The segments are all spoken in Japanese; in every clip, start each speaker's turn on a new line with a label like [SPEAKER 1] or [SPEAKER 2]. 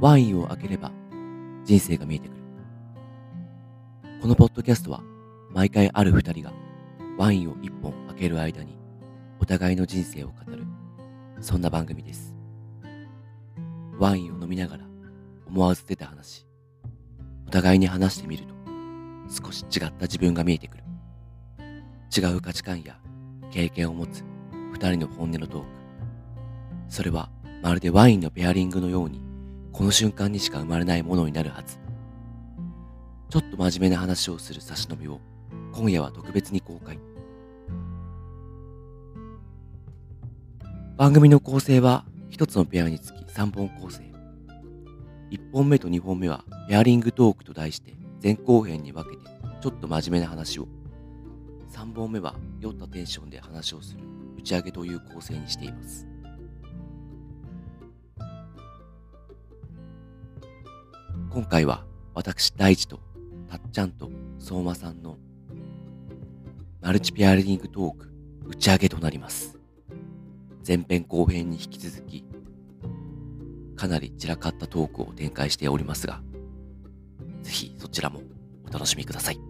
[SPEAKER 1] ワインを開ければ人生が見えてくる。このポッドキャストは毎回ある二人がワインを一本開ける間にお互いの人生を語る、そんな番組です。ワインを飲みながら思わず出た話、お互いに話してみると少し違った自分が見えてくる。違う価値観や経験を持つ二人の本音のトーク。それはまるでワインのペアリングのようにこの瞬間にしか生まれないものになるはず。ちょっと真面目な話をする差し飲みを今夜は特別に公開。番組の構成は一つのペアにつき3本構成。1本目と2本目はペアリングトークと題して前後編に分けてちょっと真面目な話を。3本目は酔ったテンションで話をする打ち上げという構成にしています。今回は私大地とたっちゃんと相馬さんのマルチペアリングトーク打ち上げとなります前編後編に引き続きかなり散らかったトークを展開しておりますがぜひそちらもお楽しみください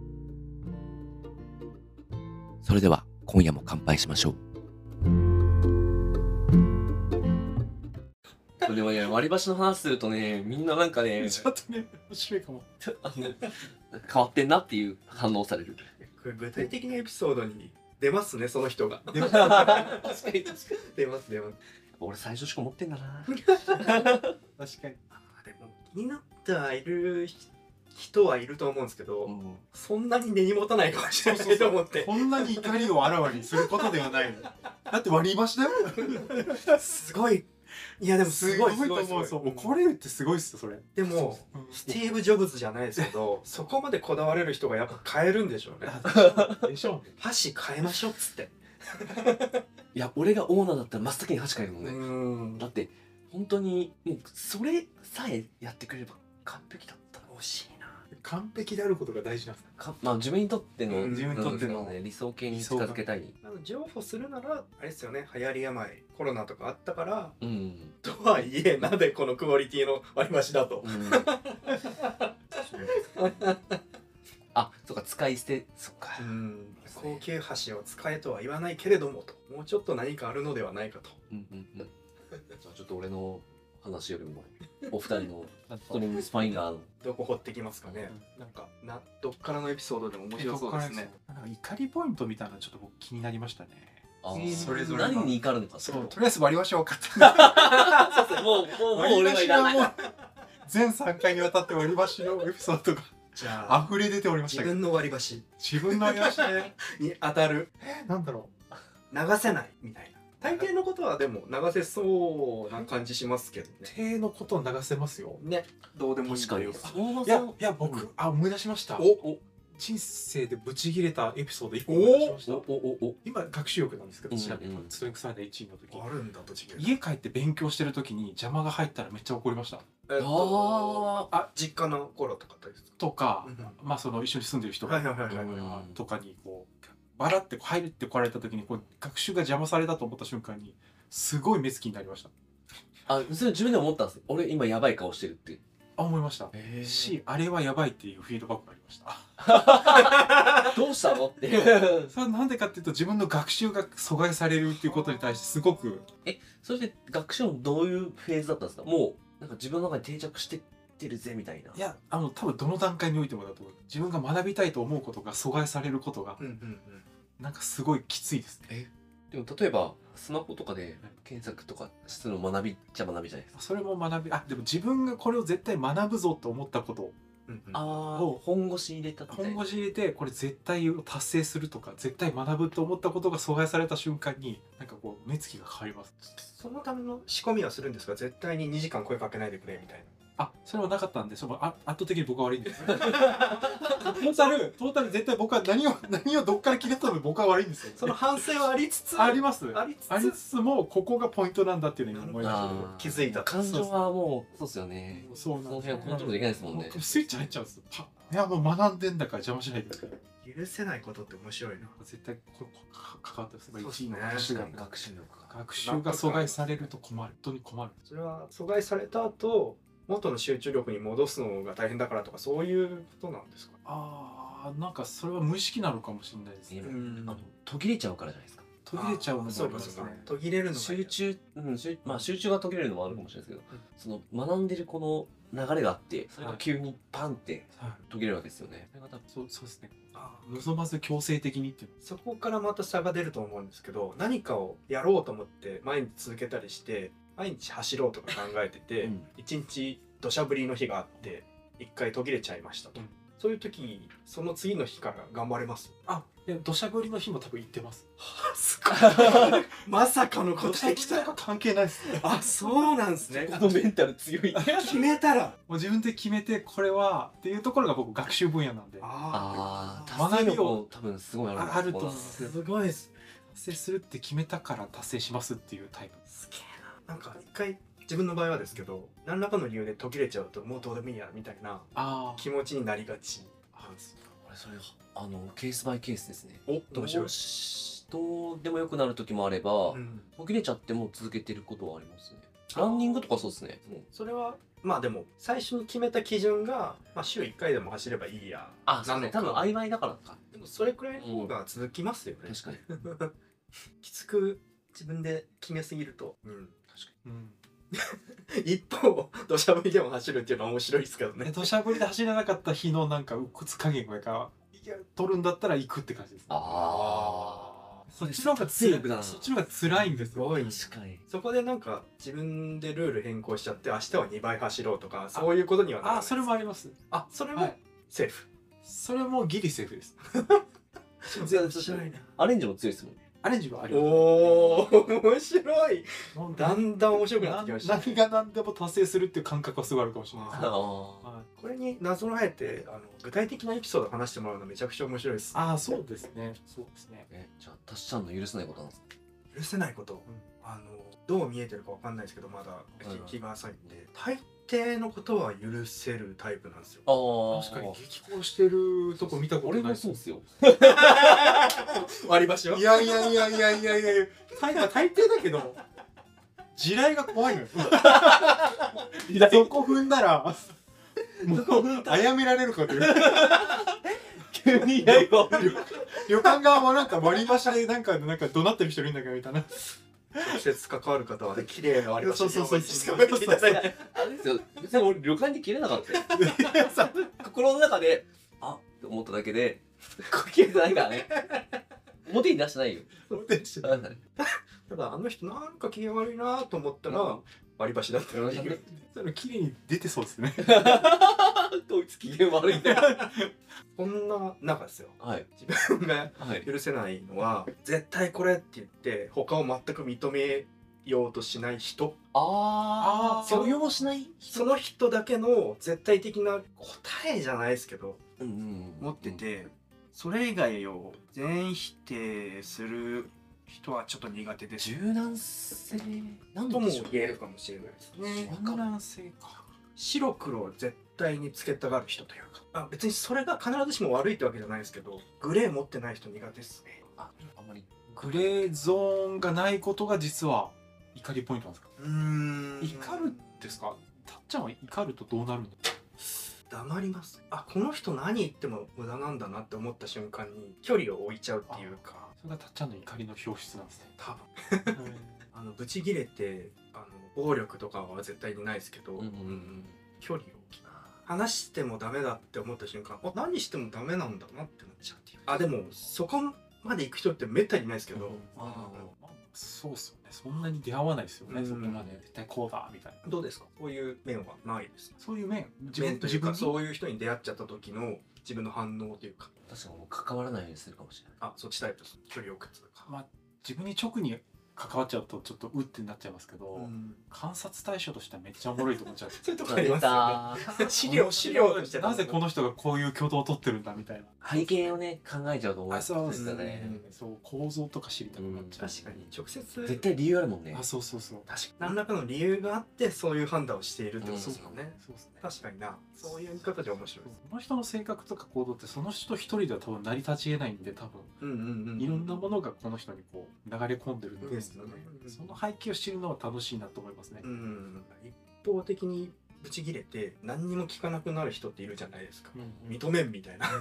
[SPEAKER 1] それでは今夜も乾杯しましょう
[SPEAKER 2] でもね、割り箸の話するとね、みんななんかね、
[SPEAKER 3] ちょっとね、面白いかも。
[SPEAKER 2] あの変わってんなっていう反応される。
[SPEAKER 4] これ具体的なエピソードに出ますねそ の人が
[SPEAKER 2] 確かに確かに。
[SPEAKER 4] 出ます出ます
[SPEAKER 2] 俺最初しか持ってんだな。
[SPEAKER 3] 確かに。
[SPEAKER 4] あーでも気になってはいるひ人はいると思うんですけど、そんなに根に持たないかもしれないと思って
[SPEAKER 3] こんなに怒りをあらわにすることではないの。 だって割り箸だよ。
[SPEAKER 4] すごいいやでもすごい
[SPEAKER 3] すごいと思う。そう、怒れるってすごいっすよ、それ。
[SPEAKER 4] でも
[SPEAKER 3] うん
[SPEAKER 4] スティーブ・ジョブズじゃないですけどそこまでこだわれる人がやっぱ変えるんでしょうね
[SPEAKER 3] でしょ
[SPEAKER 4] 箸変えましょうっつって
[SPEAKER 2] いや、俺がオーナーだったら真っ先に箸変えるもん
[SPEAKER 4] う
[SPEAKER 2] ね。
[SPEAKER 4] ん
[SPEAKER 2] だって、本当に、もうそれさえやってくれれば完璧だったら
[SPEAKER 4] 惜しいな
[SPEAKER 3] 完璧であることが大事なんです。
[SPEAKER 2] かまあ自分にとっての、
[SPEAKER 4] うん
[SPEAKER 3] 自分にとって
[SPEAKER 2] うん
[SPEAKER 3] の
[SPEAKER 2] そう。ね、理想形に近づけたい。
[SPEAKER 4] あの譲歩するならあれですよね流行り病コロナとかあったから
[SPEAKER 2] うん。
[SPEAKER 4] とはいえなぜこのクオリティの割り箸だと
[SPEAKER 2] うん、あ、そうか、使い捨て、そっか。
[SPEAKER 4] うん高級箸を使えとは言わないけれどもともうちょっと何かあるのではないかと
[SPEAKER 2] うんうんうん。じゃあちょっと俺の話よりも、お二人のストリングスパインガーの。
[SPEAKER 4] どこ掘ってきますかね、なんかなどっからのエピソードでも面白そうですね。
[SPEAKER 3] なんか怒りポイントみたいなのちょっと僕気になりましたね。
[SPEAKER 2] あ
[SPEAKER 4] うん
[SPEAKER 2] ー
[SPEAKER 4] そ
[SPEAKER 3] れぞれの
[SPEAKER 2] 何に怒るのか
[SPEAKER 3] そう、とりあえず割り箸は買った。
[SPEAKER 2] そうもうもうもう俺はいらない
[SPEAKER 3] 割り箸はもう全3回にわたって割り箸のエピソード
[SPEAKER 4] じゃ
[SPEAKER 3] が溢れ出ておりました
[SPEAKER 4] 自
[SPEAKER 3] けど
[SPEAKER 4] 分の割り箸
[SPEAKER 3] 自分の割り箸ね
[SPEAKER 4] に当たる
[SPEAKER 3] なんだろ
[SPEAKER 4] 流せないみたいな大抵のことはでも流せそうな感じしますけど
[SPEAKER 3] う
[SPEAKER 4] ね
[SPEAKER 3] 手のことを流せますよ
[SPEAKER 4] ねどうでもいい
[SPEAKER 2] 確かに
[SPEAKER 4] という
[SPEAKER 2] 相馬
[SPEAKER 3] い
[SPEAKER 2] さ
[SPEAKER 3] や
[SPEAKER 2] ん
[SPEAKER 3] いや僕、
[SPEAKER 2] う
[SPEAKER 3] あ思い出しました
[SPEAKER 2] おお
[SPEAKER 3] 人生でブチ切れたエピソード1個思い出しまし
[SPEAKER 2] お
[SPEAKER 3] た
[SPEAKER 2] おお
[SPEAKER 3] 今学習欲なんですけど
[SPEAKER 2] うん
[SPEAKER 3] ちなみに
[SPEAKER 2] うん
[SPEAKER 3] ストリングスサイダー1位の時
[SPEAKER 4] あるんだと違う
[SPEAKER 3] 家帰って勉強してる時に邪魔が入ったらめっちゃ怒りました
[SPEAKER 4] えっと
[SPEAKER 2] あ
[SPEAKER 4] あ実家の頃とかですか
[SPEAKER 3] とか、
[SPEAKER 4] う
[SPEAKER 3] まあその一緒に住んでる人
[SPEAKER 4] はい
[SPEAKER 3] が
[SPEAKER 4] はいはいはい
[SPEAKER 2] うん
[SPEAKER 3] とかにこうバラってこう入るって来られた時にこう学習が邪魔されたと思った瞬間にすごい目つきになりました
[SPEAKER 2] ああそれ自分でも思ったんですよ俺今やばい顔してるって
[SPEAKER 3] あ思いました
[SPEAKER 2] え
[SPEAKER 3] しあれはやばいっていうフィードバックがありました
[SPEAKER 2] どうしたのって
[SPEAKER 3] それはなんでかっていうと自分の学習が阻害されるっていうことに対してすごく
[SPEAKER 2] そして学習のどういうフェーズだったんですかもうなんか自分の中に定着してってるぜみたいない
[SPEAKER 3] やあの多分どの段階においてもだと思う自分が学びたいと思うことが阻害されることが
[SPEAKER 4] うんうん
[SPEAKER 3] なんかすごいきついですね
[SPEAKER 2] でも例えばスマホとかで検索とかするの学びっちゃ学びじゃないですか
[SPEAKER 3] それも学びあでも自分がこれを絶対学ぶぞと思ったこと
[SPEAKER 4] うんうん
[SPEAKER 2] ああ本腰に入れたみたいな
[SPEAKER 3] 本腰入れてこれ絶対を達成するとか絶対学ぶと思ったことが阻害された瞬間になんかこう目つきが変わります
[SPEAKER 4] そのための仕込みはするんですが絶対に2時間声かけないでくれみたい
[SPEAKER 3] あそれはなかったんでそのあ圧倒的に僕は悪いんですトータル トータル絶対僕は何を 何をどっから切り取ったの僕は悪いんですよ
[SPEAKER 4] なその反省はありつつ
[SPEAKER 3] あります
[SPEAKER 4] ありつつ
[SPEAKER 3] ありつつもここがポイントなんだっていうのに思いました
[SPEAKER 4] なるほど
[SPEAKER 2] あー
[SPEAKER 4] 気づいた
[SPEAKER 2] 感情はもうそうですよね
[SPEAKER 3] そ
[SPEAKER 2] そ
[SPEAKER 3] うな
[SPEAKER 2] の
[SPEAKER 3] ん
[SPEAKER 2] 辺はコントロールできないですもんね
[SPEAKER 3] うスイッチ入っちゃうんですよパッいやもう学んでんだから邪魔しないで
[SPEAKER 4] 許せないことって面白いな
[SPEAKER 3] 絶対ここか関わってます
[SPEAKER 4] そうっす
[SPEAKER 3] 1
[SPEAKER 4] ね
[SPEAKER 3] 位の話
[SPEAKER 2] 確
[SPEAKER 3] が
[SPEAKER 2] かに学習力が
[SPEAKER 3] 学習が阻害されると困る本当に困る
[SPEAKER 4] それは阻害された後元の集中力に戻すのが大変だからとかそういうことなんですか
[SPEAKER 3] あーなんかそれは無意識なのかもしれないですね
[SPEAKER 2] う
[SPEAKER 4] うん
[SPEAKER 2] あの途切れちゃうからじゃないですか
[SPEAKER 3] 途切れちゃうのも
[SPEAKER 4] そ
[SPEAKER 3] あ
[SPEAKER 4] う
[SPEAKER 3] り
[SPEAKER 4] か
[SPEAKER 3] ます
[SPEAKER 4] そ
[SPEAKER 3] ね
[SPEAKER 4] うか途切れるのが嫌
[SPEAKER 2] 集中、うん集まあ、集中が途切れるのもあるかもしれないですけど、その学んでるこの流れがあってそれが急にパンって
[SPEAKER 3] はい
[SPEAKER 2] 途切れるわけですよね、それが多分
[SPEAKER 3] そうそうですねあー望まず強制的にっていう
[SPEAKER 4] そこからまた差が出ると思うんですけど何かをやろうと思って毎日続けたりして毎日走ろうとか考えてて
[SPEAKER 2] うん
[SPEAKER 4] 一、日土砂降りの日があって一回途切れちゃいましたと、
[SPEAKER 3] うん
[SPEAKER 4] そういう時その次の日から頑張れます
[SPEAKER 3] あいや土砂降りの日も多分行ってます
[SPEAKER 4] すごい まさかの答えきた
[SPEAKER 3] 関係ないです
[SPEAKER 4] あそうなんですね
[SPEAKER 2] このメンタル強い
[SPEAKER 4] 決めたら
[SPEAKER 3] もう自分で決めてこれはっていうところが僕学習分野なんで
[SPEAKER 2] あ
[SPEAKER 3] ー
[SPEAKER 2] あ達成力も多分すごいあるんだ
[SPEAKER 3] ああると
[SPEAKER 2] こ
[SPEAKER 3] 思
[SPEAKER 2] こは
[SPEAKER 3] うんですよ
[SPEAKER 4] すごいです
[SPEAKER 3] 達成するって決めたから達成しますっていうタイプ
[SPEAKER 4] すげえななんか一回自分の場合はですけど何らかの理由で途切れちゃうともうどうでもいいやみたいな
[SPEAKER 3] あ
[SPEAKER 4] 気持ちになりがち
[SPEAKER 3] あ
[SPEAKER 2] 俺それあのケースバイケースですね
[SPEAKER 4] お
[SPEAKER 2] ど
[SPEAKER 4] 面
[SPEAKER 2] う
[SPEAKER 4] 白い
[SPEAKER 2] しどうでもよくなる時もあれば、
[SPEAKER 4] うん
[SPEAKER 2] 途切れちゃっても続けてることはありますねランニングとかそうですねもう
[SPEAKER 4] それはまあでも最初に決めた基準が、まあ、週1回でも走ればいいや
[SPEAKER 2] あ
[SPEAKER 4] な
[SPEAKER 2] そう
[SPEAKER 4] の
[SPEAKER 2] ね
[SPEAKER 4] か
[SPEAKER 2] 多分曖昧だからか
[SPEAKER 4] でもそれくらいの方が続きますよね、
[SPEAKER 2] 確かに
[SPEAKER 4] きつく自分で決めすぎると、
[SPEAKER 3] うん
[SPEAKER 4] 一方土砂降りでも走るっていうのは面白いですけど
[SPEAKER 3] で
[SPEAKER 4] ね
[SPEAKER 3] 土砂降りで走れなかった日のなんか鬱屈加減がいや取るんだったら行くって感じです
[SPEAKER 2] ああ
[SPEAKER 3] そっちの方が
[SPEAKER 2] 強
[SPEAKER 3] 辛い
[SPEAKER 2] くだな
[SPEAKER 3] そっちの方が辛いんですよ
[SPEAKER 4] ごい
[SPEAKER 2] 確かに
[SPEAKER 4] そこでなんか自分でルール変更しちゃって明日は2倍走ろうとかそういうことにはならない
[SPEAKER 3] あそれもあります
[SPEAKER 4] あそれ
[SPEAKER 3] は
[SPEAKER 4] も
[SPEAKER 3] い
[SPEAKER 4] セーフ、
[SPEAKER 3] それもギリセーフです
[SPEAKER 2] 然面白いアレンジも強いですもん
[SPEAKER 3] アレンジはあります
[SPEAKER 4] おー面白い
[SPEAKER 3] もう
[SPEAKER 4] だんだん面白くなってきました、
[SPEAKER 3] な何が何でも達成するっていう感覚はすごいあるかもしれないですね
[SPEAKER 2] あ
[SPEAKER 3] はい
[SPEAKER 4] これになぞらえてあの具体的なエピソード話してもらうのめちゃくちゃ面白いです
[SPEAKER 3] ああそうですねそうですね
[SPEAKER 2] えじゃあタシちゃんの許せないことなんですか
[SPEAKER 4] 許せないこと、あのどう見えてるかわかんないですけどまだ
[SPEAKER 2] いはい
[SPEAKER 4] 気が浅いんで大抵のことは許せるタイプなんですよ
[SPEAKER 2] ああ
[SPEAKER 3] 確かに激高してるとこ見たこと
[SPEAKER 2] 俺も
[SPEAKER 3] ないです
[SPEAKER 2] そうっすよ
[SPEAKER 4] 割り箸はい
[SPEAKER 3] やいやいやいやいやいやいや大大抵だけ ど地雷が怖いのよ そこ踏んだらもうあやめられるかという
[SPEAKER 2] 急にやいわ
[SPEAKER 3] 旅館側もなんか割り箸でなんかなんか怒鳴ってる人いるんだけどみたいな
[SPEAKER 4] 直接関わる方はね綺麗な割り箸
[SPEAKER 3] そうそうそう
[SPEAKER 4] そうそうそうそ
[SPEAKER 2] あれ
[SPEAKER 4] う
[SPEAKER 2] ですよ別に俺旅館に切れなかったよ 心の中であって思っただけでこれ切れてないからね表に出してないよ
[SPEAKER 4] ただあの人なんか機嫌悪いなと思った
[SPEAKER 2] う
[SPEAKER 4] ら
[SPEAKER 2] ん
[SPEAKER 4] 割り箸だったっていう
[SPEAKER 3] その綺麗に出てそうですね
[SPEAKER 2] こいつ機嫌悪いんだよ
[SPEAKER 4] こんな中ですよ
[SPEAKER 2] はい
[SPEAKER 4] 自分が
[SPEAKER 2] はい
[SPEAKER 4] 許せないのは絶対これって言って他を全く認めようとしない人
[SPEAKER 2] あ
[SPEAKER 3] あー
[SPEAKER 2] あ許容しない
[SPEAKER 4] その人だけの絶対的な答えじゃないですけど
[SPEAKER 2] うんうん
[SPEAKER 4] 持っててそれ以外を全否定する人はちょっと苦手です
[SPEAKER 2] 柔軟性なん
[SPEAKER 4] とも
[SPEAKER 2] でしょう
[SPEAKER 4] 言えるかもしれないですね
[SPEAKER 2] わかる
[SPEAKER 3] 軟性か
[SPEAKER 4] 白黒を絶対につけたがる人というかあ別にそれが必ずしも悪いってわけじゃないですけどグレー持ってない人苦手ですね
[SPEAKER 2] ああんまり
[SPEAKER 3] グレーゾーンがないことが実は怒りポイントなんですか
[SPEAKER 4] うーん
[SPEAKER 3] 怒るですかたっちゃんは怒るとどうなるの
[SPEAKER 4] 黙りますあこの人何言っても無駄なんだなって思った瞬間に距離を置いちゃうっていうか
[SPEAKER 3] それがたっちゃんの怒りの表出なんですね
[SPEAKER 4] 多分あのブチ切れてあの暴力とかは絶対にないですけど、
[SPEAKER 2] うんうんうん
[SPEAKER 4] 距離を置き話してもダメだって思った瞬間あ何してもダメなんだなって思っちゃうっていうあでもそこまで行く人ってめったにないですけど、
[SPEAKER 2] あー
[SPEAKER 3] まあそうっすよねそんなに出会わないですよね、
[SPEAKER 4] うん
[SPEAKER 3] そこまで絶対こうだみたいな
[SPEAKER 4] どうですかこういう面はないです
[SPEAKER 3] そういう面自分
[SPEAKER 4] 面というか
[SPEAKER 3] に
[SPEAKER 4] そういう人に出会っちゃった時の自分の反応というか
[SPEAKER 2] 確かにもう関わらないようにするかもしれない
[SPEAKER 4] あそっちタイプです距離を置くというか、
[SPEAKER 3] まあ、自分に直に関わっちゃうとちょっとうってなっちゃいますけど、
[SPEAKER 4] うん
[SPEAKER 3] 観察対象としてはめっちゃおもろいと思っちゃう
[SPEAKER 4] そういうとこありますよね 資料 資料として
[SPEAKER 3] なぜこの人がこういう挙動を取ってるんだみたいな
[SPEAKER 2] 背景をね考えちゃうと思い
[SPEAKER 3] あそう
[SPEAKER 2] ま
[SPEAKER 3] ですす
[SPEAKER 2] よ
[SPEAKER 4] う
[SPEAKER 2] ね
[SPEAKER 4] ん
[SPEAKER 3] そう構造とか知りたくなっちゃう、
[SPEAKER 4] 確かに直接
[SPEAKER 2] 絶対理由あるもんね
[SPEAKER 3] あそうそうそう
[SPEAKER 4] 確かに何らかの理由があってそういう判断をしているってことですよね、
[SPEAKER 3] そうっすね
[SPEAKER 4] 確かになそういう見方で面白いです
[SPEAKER 3] その人の性格とか行動ってその人一人では多分成り立ち得ないんで多分
[SPEAKER 4] うんうんうん
[SPEAKER 3] いろんなものがこの人にこう流れ込んでるん
[SPEAKER 4] で
[SPEAKER 3] ですす
[SPEAKER 4] よ
[SPEAKER 3] よ
[SPEAKER 4] ね
[SPEAKER 3] ね。その背景を知るのは楽しいなと思いますね
[SPEAKER 4] う。ん一方的にブチ切れて何にも聞かなくなる人っているじゃないですか
[SPEAKER 3] うんうん
[SPEAKER 4] 認めんみたいな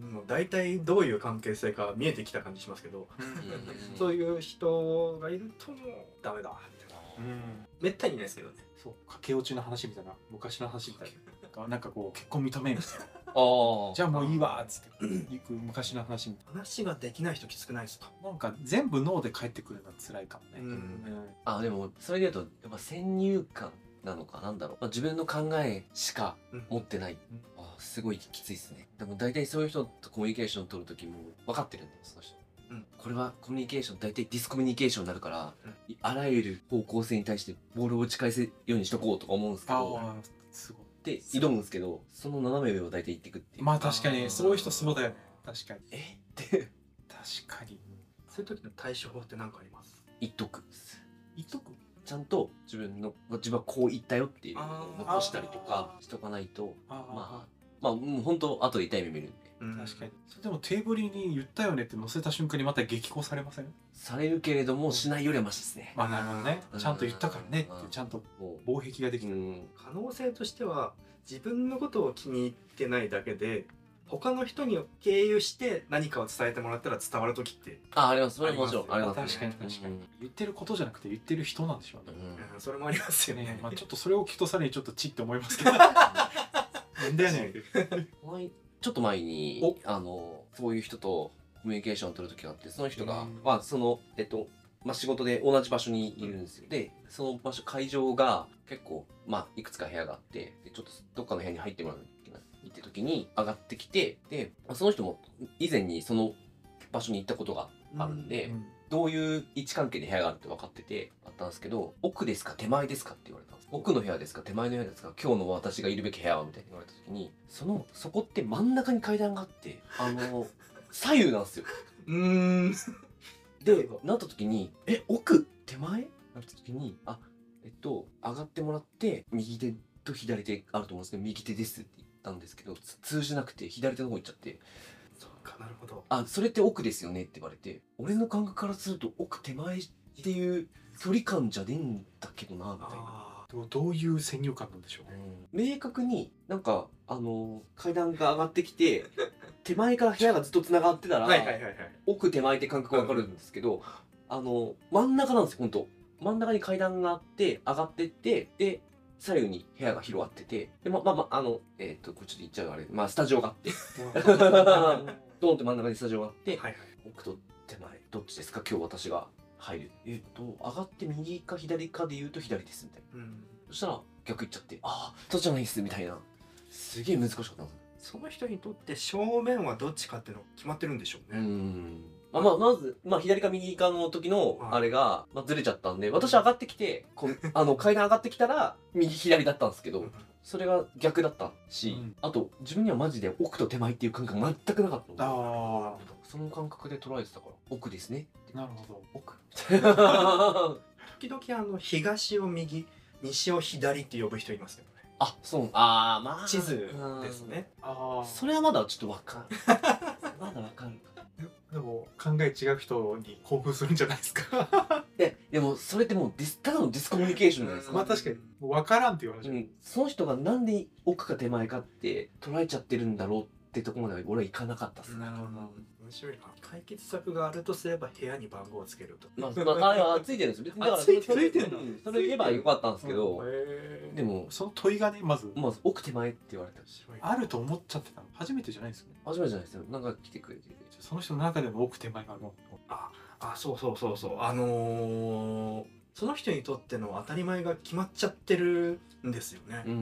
[SPEAKER 4] もう大体どういう関係性か見えてきた感じしますけど、
[SPEAKER 2] うん
[SPEAKER 4] そういう人がいるともうダメだみたいな
[SPEAKER 3] うん
[SPEAKER 4] めったにいないですけどね
[SPEAKER 3] そう駆け落ちの話みたいな昔の話み たいななんかこう結婚認めるみたいな
[SPEAKER 2] あ
[SPEAKER 3] じゃあもういいわっつって行く昔の話みたい
[SPEAKER 4] 話ができない人きつくないですか
[SPEAKER 3] ななんか全部脳で帰ってくるのは辛いかもね、
[SPEAKER 4] うん
[SPEAKER 3] うん
[SPEAKER 2] あでもそれで言うとやっぱ先入観なのかなんだろう、まあ、自分の考えしか持ってない、
[SPEAKER 3] うん
[SPEAKER 2] あすごいきついですねでも大体そういう人とコミュニケーション取る時も分かってるんだよその人、
[SPEAKER 4] うん
[SPEAKER 2] これはコミュニケーション大体ディスコミュニケーションになるから、
[SPEAKER 4] うん
[SPEAKER 2] いあらゆる方向性に対してボールを打ち返せるようにしとこうとか思うんですけ
[SPEAKER 3] あ
[SPEAKER 2] ど
[SPEAKER 3] あすごい
[SPEAKER 2] で挑むんですけどその斜め上を大体行ってくっていう、
[SPEAKER 3] まあ確かにそういう人そうだよね確かに
[SPEAKER 2] え って
[SPEAKER 3] 確かに
[SPEAKER 4] そういう時の対処法って何かあります
[SPEAKER 2] 言っとく
[SPEAKER 3] 言っとく
[SPEAKER 2] ちゃんと自分の自分はこう言ったよっていうのを残したりとか
[SPEAKER 3] あー
[SPEAKER 2] しとかないと
[SPEAKER 3] あー、
[SPEAKER 2] ままあ、もう本当後で痛い目見るんで。
[SPEAKER 4] うん
[SPEAKER 3] 確かにそれでもテーブルに言ったよねって載せた瞬間にまた激高されません
[SPEAKER 2] されるけれども、しないよりはマシですね。
[SPEAKER 3] まあなるほどね
[SPEAKER 2] うん
[SPEAKER 3] ちゃんと言ったからねって
[SPEAKER 2] うん
[SPEAKER 3] ちゃんと
[SPEAKER 2] も
[SPEAKER 3] 防壁ができ
[SPEAKER 2] う、う
[SPEAKER 3] た、
[SPEAKER 2] ん。
[SPEAKER 4] 可能性としては自分のことを気に入ってないだけで他の人に経由して何かを伝えてもらったら伝わる時って、
[SPEAKER 2] あ、あります。それはもちろん、あ
[SPEAKER 4] あ
[SPEAKER 2] り
[SPEAKER 4] り
[SPEAKER 2] ま。
[SPEAKER 4] ますす
[SPEAKER 3] 確かに確かに、
[SPEAKER 2] うん
[SPEAKER 3] 言ってることじゃなくて言ってる人なんでしょうね、
[SPEAKER 4] うんそれもありますよね
[SPEAKER 3] ねまあ、ちょっとそれを聞くとさらにちょっとチって思いますけど なんだよね
[SPEAKER 2] うん前ちょっと前に
[SPEAKER 3] お、
[SPEAKER 2] あの、そういう人とコミュニケーションを取る時があって、その人が
[SPEAKER 3] うん、
[SPEAKER 2] まあ、その、えっと、まあ、仕事で同じ場所にいるんですよ。で、その場所、会場が結構、まあ、いくつか部屋があって、でちょっとどっかの部屋に入ってもらういけない。って時に上がってきて、で、まあその人も以前にその場所に行ったことが あるんで、
[SPEAKER 3] うん
[SPEAKER 2] どういう位置関係で部屋があるって分かってて、あったんですけど、奥ですか手前ですかって言われたんです。奥の部屋ですか手前の部屋ですか今日の私がいるべき部屋はみたいに言われた時に、その、そこって真ん中に階段があって、あの、左右なんですよ。
[SPEAKER 4] うーん
[SPEAKER 2] で、なった時に、え、奥手前なった時に、あ、えっと、上がってもらって、右手と左手あると思うんですけど、右手ですって言ったんですけど、つ通じなくて左手の方行っちゃって、
[SPEAKER 4] そうかなるほど
[SPEAKER 2] あ、それって奥ですよねって言われて、俺の感覚からすると奥手前っていう距離感じゃねえんだけどな、みたいな。
[SPEAKER 4] あ
[SPEAKER 3] でもどういう先入観なんでしょう ね
[SPEAKER 2] 明確になんか、あのー階段が上がってき て、手前から部屋がずっと繋がってた
[SPEAKER 4] あ
[SPEAKER 2] ら、
[SPEAKER 4] はいはいはいはい
[SPEAKER 2] 奥手前って感覚わかるんですけど、あのー真ん中なんですよ、ほんと。真ん中に階段があって、上がってって、で、左右に部屋が広がってて、で、ま、ま、ま、あの、えっ、と、これちょっと言っちゃうあれ、まあ、スタジオがあっ て、ドーンって真ん中にスタジオがあって、
[SPEAKER 4] はいはい
[SPEAKER 2] 奥と手前どっちですか今日私が入るえっと上がって右か左かで言うと左ですみたいな
[SPEAKER 4] うん
[SPEAKER 2] そしたら逆行っちゃってああそうじゃないっすみたいなすげえ難しかったんです
[SPEAKER 4] その人にとって正面はどっちかっていうの決まってるんでしょう
[SPEAKER 2] う
[SPEAKER 4] ね、
[SPEAKER 2] んあまあ、まず、まあ、左か右かの時のあれが、まあ、ずれちゃったんで私上がってきてこうあの階段上がってきたら右左だったんですけどそれが逆だったし、
[SPEAKER 3] うん
[SPEAKER 2] あと自分にはマジで奥と手前っていう感覚全くなかったので
[SPEAKER 3] あ
[SPEAKER 2] その感覚で捉えてたから奥ですね
[SPEAKER 3] あなるほど
[SPEAKER 2] 奥
[SPEAKER 4] 時々あの東を右西を左って呼ぶ人いますよね
[SPEAKER 2] あ、そう、あー、まあ。
[SPEAKER 4] 地図ですね
[SPEAKER 3] あ
[SPEAKER 2] うん。
[SPEAKER 3] あ
[SPEAKER 2] それはまだちょっとわかる。 まだわかる。
[SPEAKER 3] でも考え違う人に興奮するんじゃないです か
[SPEAKER 2] で、でも、それってもうディス、ただのディスコミュニケーションじゃないです
[SPEAKER 4] うん
[SPEAKER 2] か。
[SPEAKER 3] まあ確かにもう分からんっていう話、
[SPEAKER 2] うん、その人がなんで奥か手前かって捉えちゃってるんだろうってとこまで俺はいかなかったっすね。
[SPEAKER 3] なるほどな
[SPEAKER 4] 面白いな解決策があるとすれば部屋に番号をつけると
[SPEAKER 2] まあ、まあ、あれはついてるんですよ。別にだから
[SPEAKER 3] あついてる
[SPEAKER 2] それ
[SPEAKER 3] ついてんだ
[SPEAKER 2] うんそれ言えばよかったんですけど、
[SPEAKER 4] へ
[SPEAKER 2] でも、
[SPEAKER 3] その問いがねまず
[SPEAKER 2] まあ、奥手前って言われたし、
[SPEAKER 4] 白い
[SPEAKER 3] あると思っちゃってたの初めてじゃないんですよね
[SPEAKER 2] 初めてじゃないですよ。なんか来てくれてて。
[SPEAKER 3] じゃあその人の中でも奥手前があるの
[SPEAKER 4] あそうそうそうそうあのー、その人にとっての当たり前が決まっちゃってるんですよね
[SPEAKER 2] う、ん。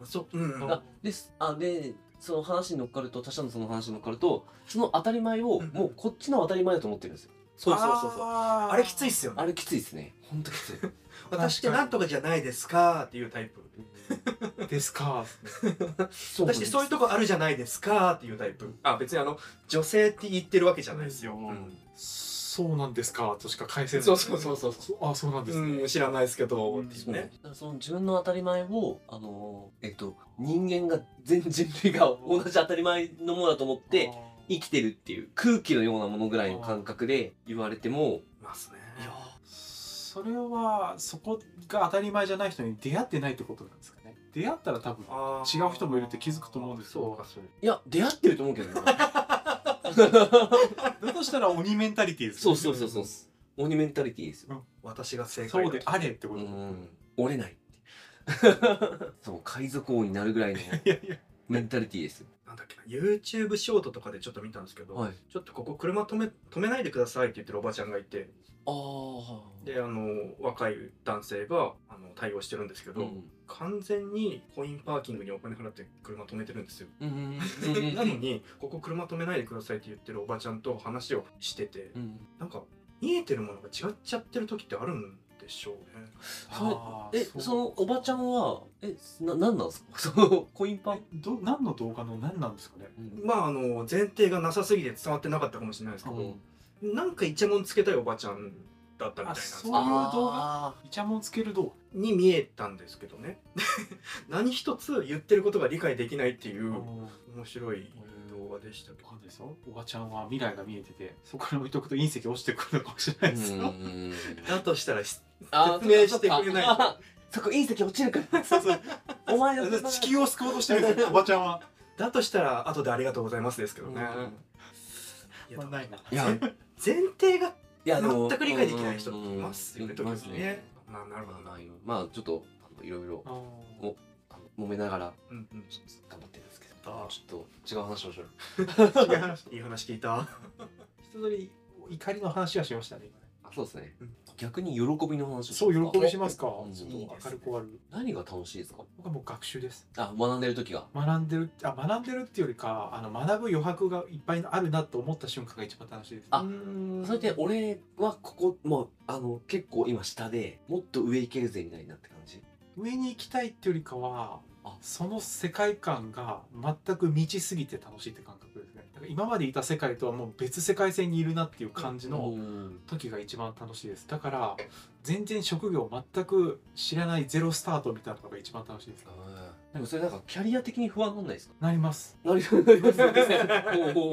[SPEAKER 4] うん、そうん
[SPEAKER 2] あですあでその話に乗っかると他者のその話に乗っかるとその当たり前を
[SPEAKER 4] うん
[SPEAKER 2] もうこっちの当たり前だと思ってるんですよそうそうそうそう
[SPEAKER 3] あー
[SPEAKER 4] あれきついっすよね
[SPEAKER 2] あれきついですねほんときつい
[SPEAKER 4] 私ってなんとかじゃないですかっていうタイプ
[SPEAKER 3] ですか
[SPEAKER 2] そう
[SPEAKER 4] 私ってそういうとこあるじゃないですかっていうタイプあ別にあの女性って言ってるわけじゃないですよ、うん
[SPEAKER 3] そうなんですかとしか返せない
[SPEAKER 4] そうそうそうそう
[SPEAKER 3] そうあそうなんですね、
[SPEAKER 4] うん、知らないですけど、
[SPEAKER 3] うん
[SPEAKER 4] っていう
[SPEAKER 2] そう
[SPEAKER 4] ね
[SPEAKER 2] だからその自分の当たり前をあのーえっと人間が全人類が同じ当たり前のものだと思って
[SPEAKER 3] あー
[SPEAKER 2] 生きてるっていう空気のようなものぐらいの感覚で言われても
[SPEAKER 4] いますね
[SPEAKER 2] いや
[SPEAKER 3] そそれはそこが当たり前じゃない人に出会ってないってことなんですかね出会ったら多分
[SPEAKER 4] あ
[SPEAKER 3] 違う人もいるって気づくと思うんですけ
[SPEAKER 4] そう
[SPEAKER 3] ど
[SPEAKER 4] かそうか
[SPEAKER 2] いや出会ってると思うけど な
[SPEAKER 3] だとしたら鬼メンタリティですね
[SPEAKER 2] そうそうそうそう鬼メンタリティですよ
[SPEAKER 4] 私が正解
[SPEAKER 3] そ
[SPEAKER 4] だ
[SPEAKER 3] うであれってこ
[SPEAKER 2] う
[SPEAKER 3] と、い
[SPEAKER 2] ん折れないって そう海賊王になるぐらいの
[SPEAKER 3] やいや
[SPEAKER 2] メンタリティです
[SPEAKER 4] なんだっけな YouTube ショートとかでちょっと見たんですけど、
[SPEAKER 2] はい
[SPEAKER 4] ちょっとここ車止め止めないでくださいって言ってるおばちゃんがいて
[SPEAKER 2] ああ
[SPEAKER 4] であの若い男性があの対応してるんですけど、完全にコインパーキングにお金払って車止めてるんですよ、
[SPEAKER 2] うん
[SPEAKER 4] なのにここ車止めないでくださいって言ってるおばちゃんと話をしてて、
[SPEAKER 2] うん
[SPEAKER 4] なんか見えてるものが違っちゃってる時ってあるんでしょうね
[SPEAKER 3] あー
[SPEAKER 2] え
[SPEAKER 3] う
[SPEAKER 2] そのおばちゃんはえななんなんです かそのコインパン
[SPEAKER 3] えど何の動画の何なんですかね
[SPEAKER 4] まああの前提がなさすぎて伝わってなかったかもしれないですけど、なんかイチャモンつけたいおばちゃんだったみたいなんです
[SPEAKER 3] あそう
[SPEAKER 4] よ
[SPEAKER 3] いう動
[SPEAKER 2] 画
[SPEAKER 3] イチャモンつける動
[SPEAKER 4] に見えたんですけどね何一つ言ってることが理解できないっていう
[SPEAKER 3] 画、
[SPEAKER 4] 面白い動画でしたけど
[SPEAKER 3] わかんないですよおばちゃんは未来が見えててそこに置いとくと隕石落ちてくるのかもしれないですよ、
[SPEAKER 4] だとしたらし
[SPEAKER 2] あー
[SPEAKER 4] 説明してくれない
[SPEAKER 2] そっかあそこ隕石落ちるから
[SPEAKER 3] そうそう
[SPEAKER 2] お前の
[SPEAKER 3] 地球を救おうとしてるんです よおばちゃんは
[SPEAKER 4] だとしたら後でありがとうございますですけどね、
[SPEAKER 2] うん
[SPEAKER 4] いや
[SPEAKER 3] まあないない
[SPEAKER 2] や
[SPEAKER 4] 前提が
[SPEAKER 2] いやでも
[SPEAKER 4] 全く理解できない人っていますよね
[SPEAKER 2] うんうんうんいま
[SPEAKER 4] 時
[SPEAKER 2] す
[SPEAKER 4] 々
[SPEAKER 2] ね
[SPEAKER 4] ねまあなるほ
[SPEAKER 2] ま
[SPEAKER 4] ど
[SPEAKER 2] あ
[SPEAKER 4] な、
[SPEAKER 2] ないよまあちょっとあのいろいろ
[SPEAKER 3] あー
[SPEAKER 2] あの揉めながら
[SPEAKER 4] うんうん、
[SPEAKER 2] 頑張ってるんですけどち
[SPEAKER 4] あ
[SPEAKER 2] ょ
[SPEAKER 4] ー
[SPEAKER 2] っと違う話をしよう
[SPEAKER 3] 違う話
[SPEAKER 4] いい話聞いた
[SPEAKER 3] 人ぞり怒りの話はしましたね
[SPEAKER 2] あそうですね
[SPEAKER 4] うん
[SPEAKER 2] 逆に喜びの話をし
[SPEAKER 3] そ
[SPEAKER 2] ますか
[SPEAKER 3] う喜びしますか
[SPEAKER 2] うん
[SPEAKER 3] ちょっ
[SPEAKER 4] いい
[SPEAKER 3] と
[SPEAKER 4] です
[SPEAKER 3] 明
[SPEAKER 4] ね
[SPEAKER 3] るく終わる
[SPEAKER 2] 何が楽しいですか
[SPEAKER 3] 僕はもう学習です
[SPEAKER 2] あ学んでる時が
[SPEAKER 3] 学んでるあ学んでるっていうよりかあの学ぶ余白がいっぱいあるなと思った瞬間が一番楽しいです
[SPEAKER 2] あ
[SPEAKER 4] そ
[SPEAKER 2] それで俺はここもうあの結構今下でもっと上行けるぜみたいになって感じ
[SPEAKER 3] 上に行きたいっていうよりかは
[SPEAKER 2] あ
[SPEAKER 3] その世界観が全く満ち過ぎて楽しいって感覚ですねだから今までいた世界とはもう別世界線にいるなっていう感じの時が一番楽しいですだから全然職業全く知らないゼロスタートみたいなのが一番楽しいです
[SPEAKER 2] でもそれなんかキャリア的に不安なんないですか
[SPEAKER 3] なります
[SPEAKER 2] なりますなりますよ ね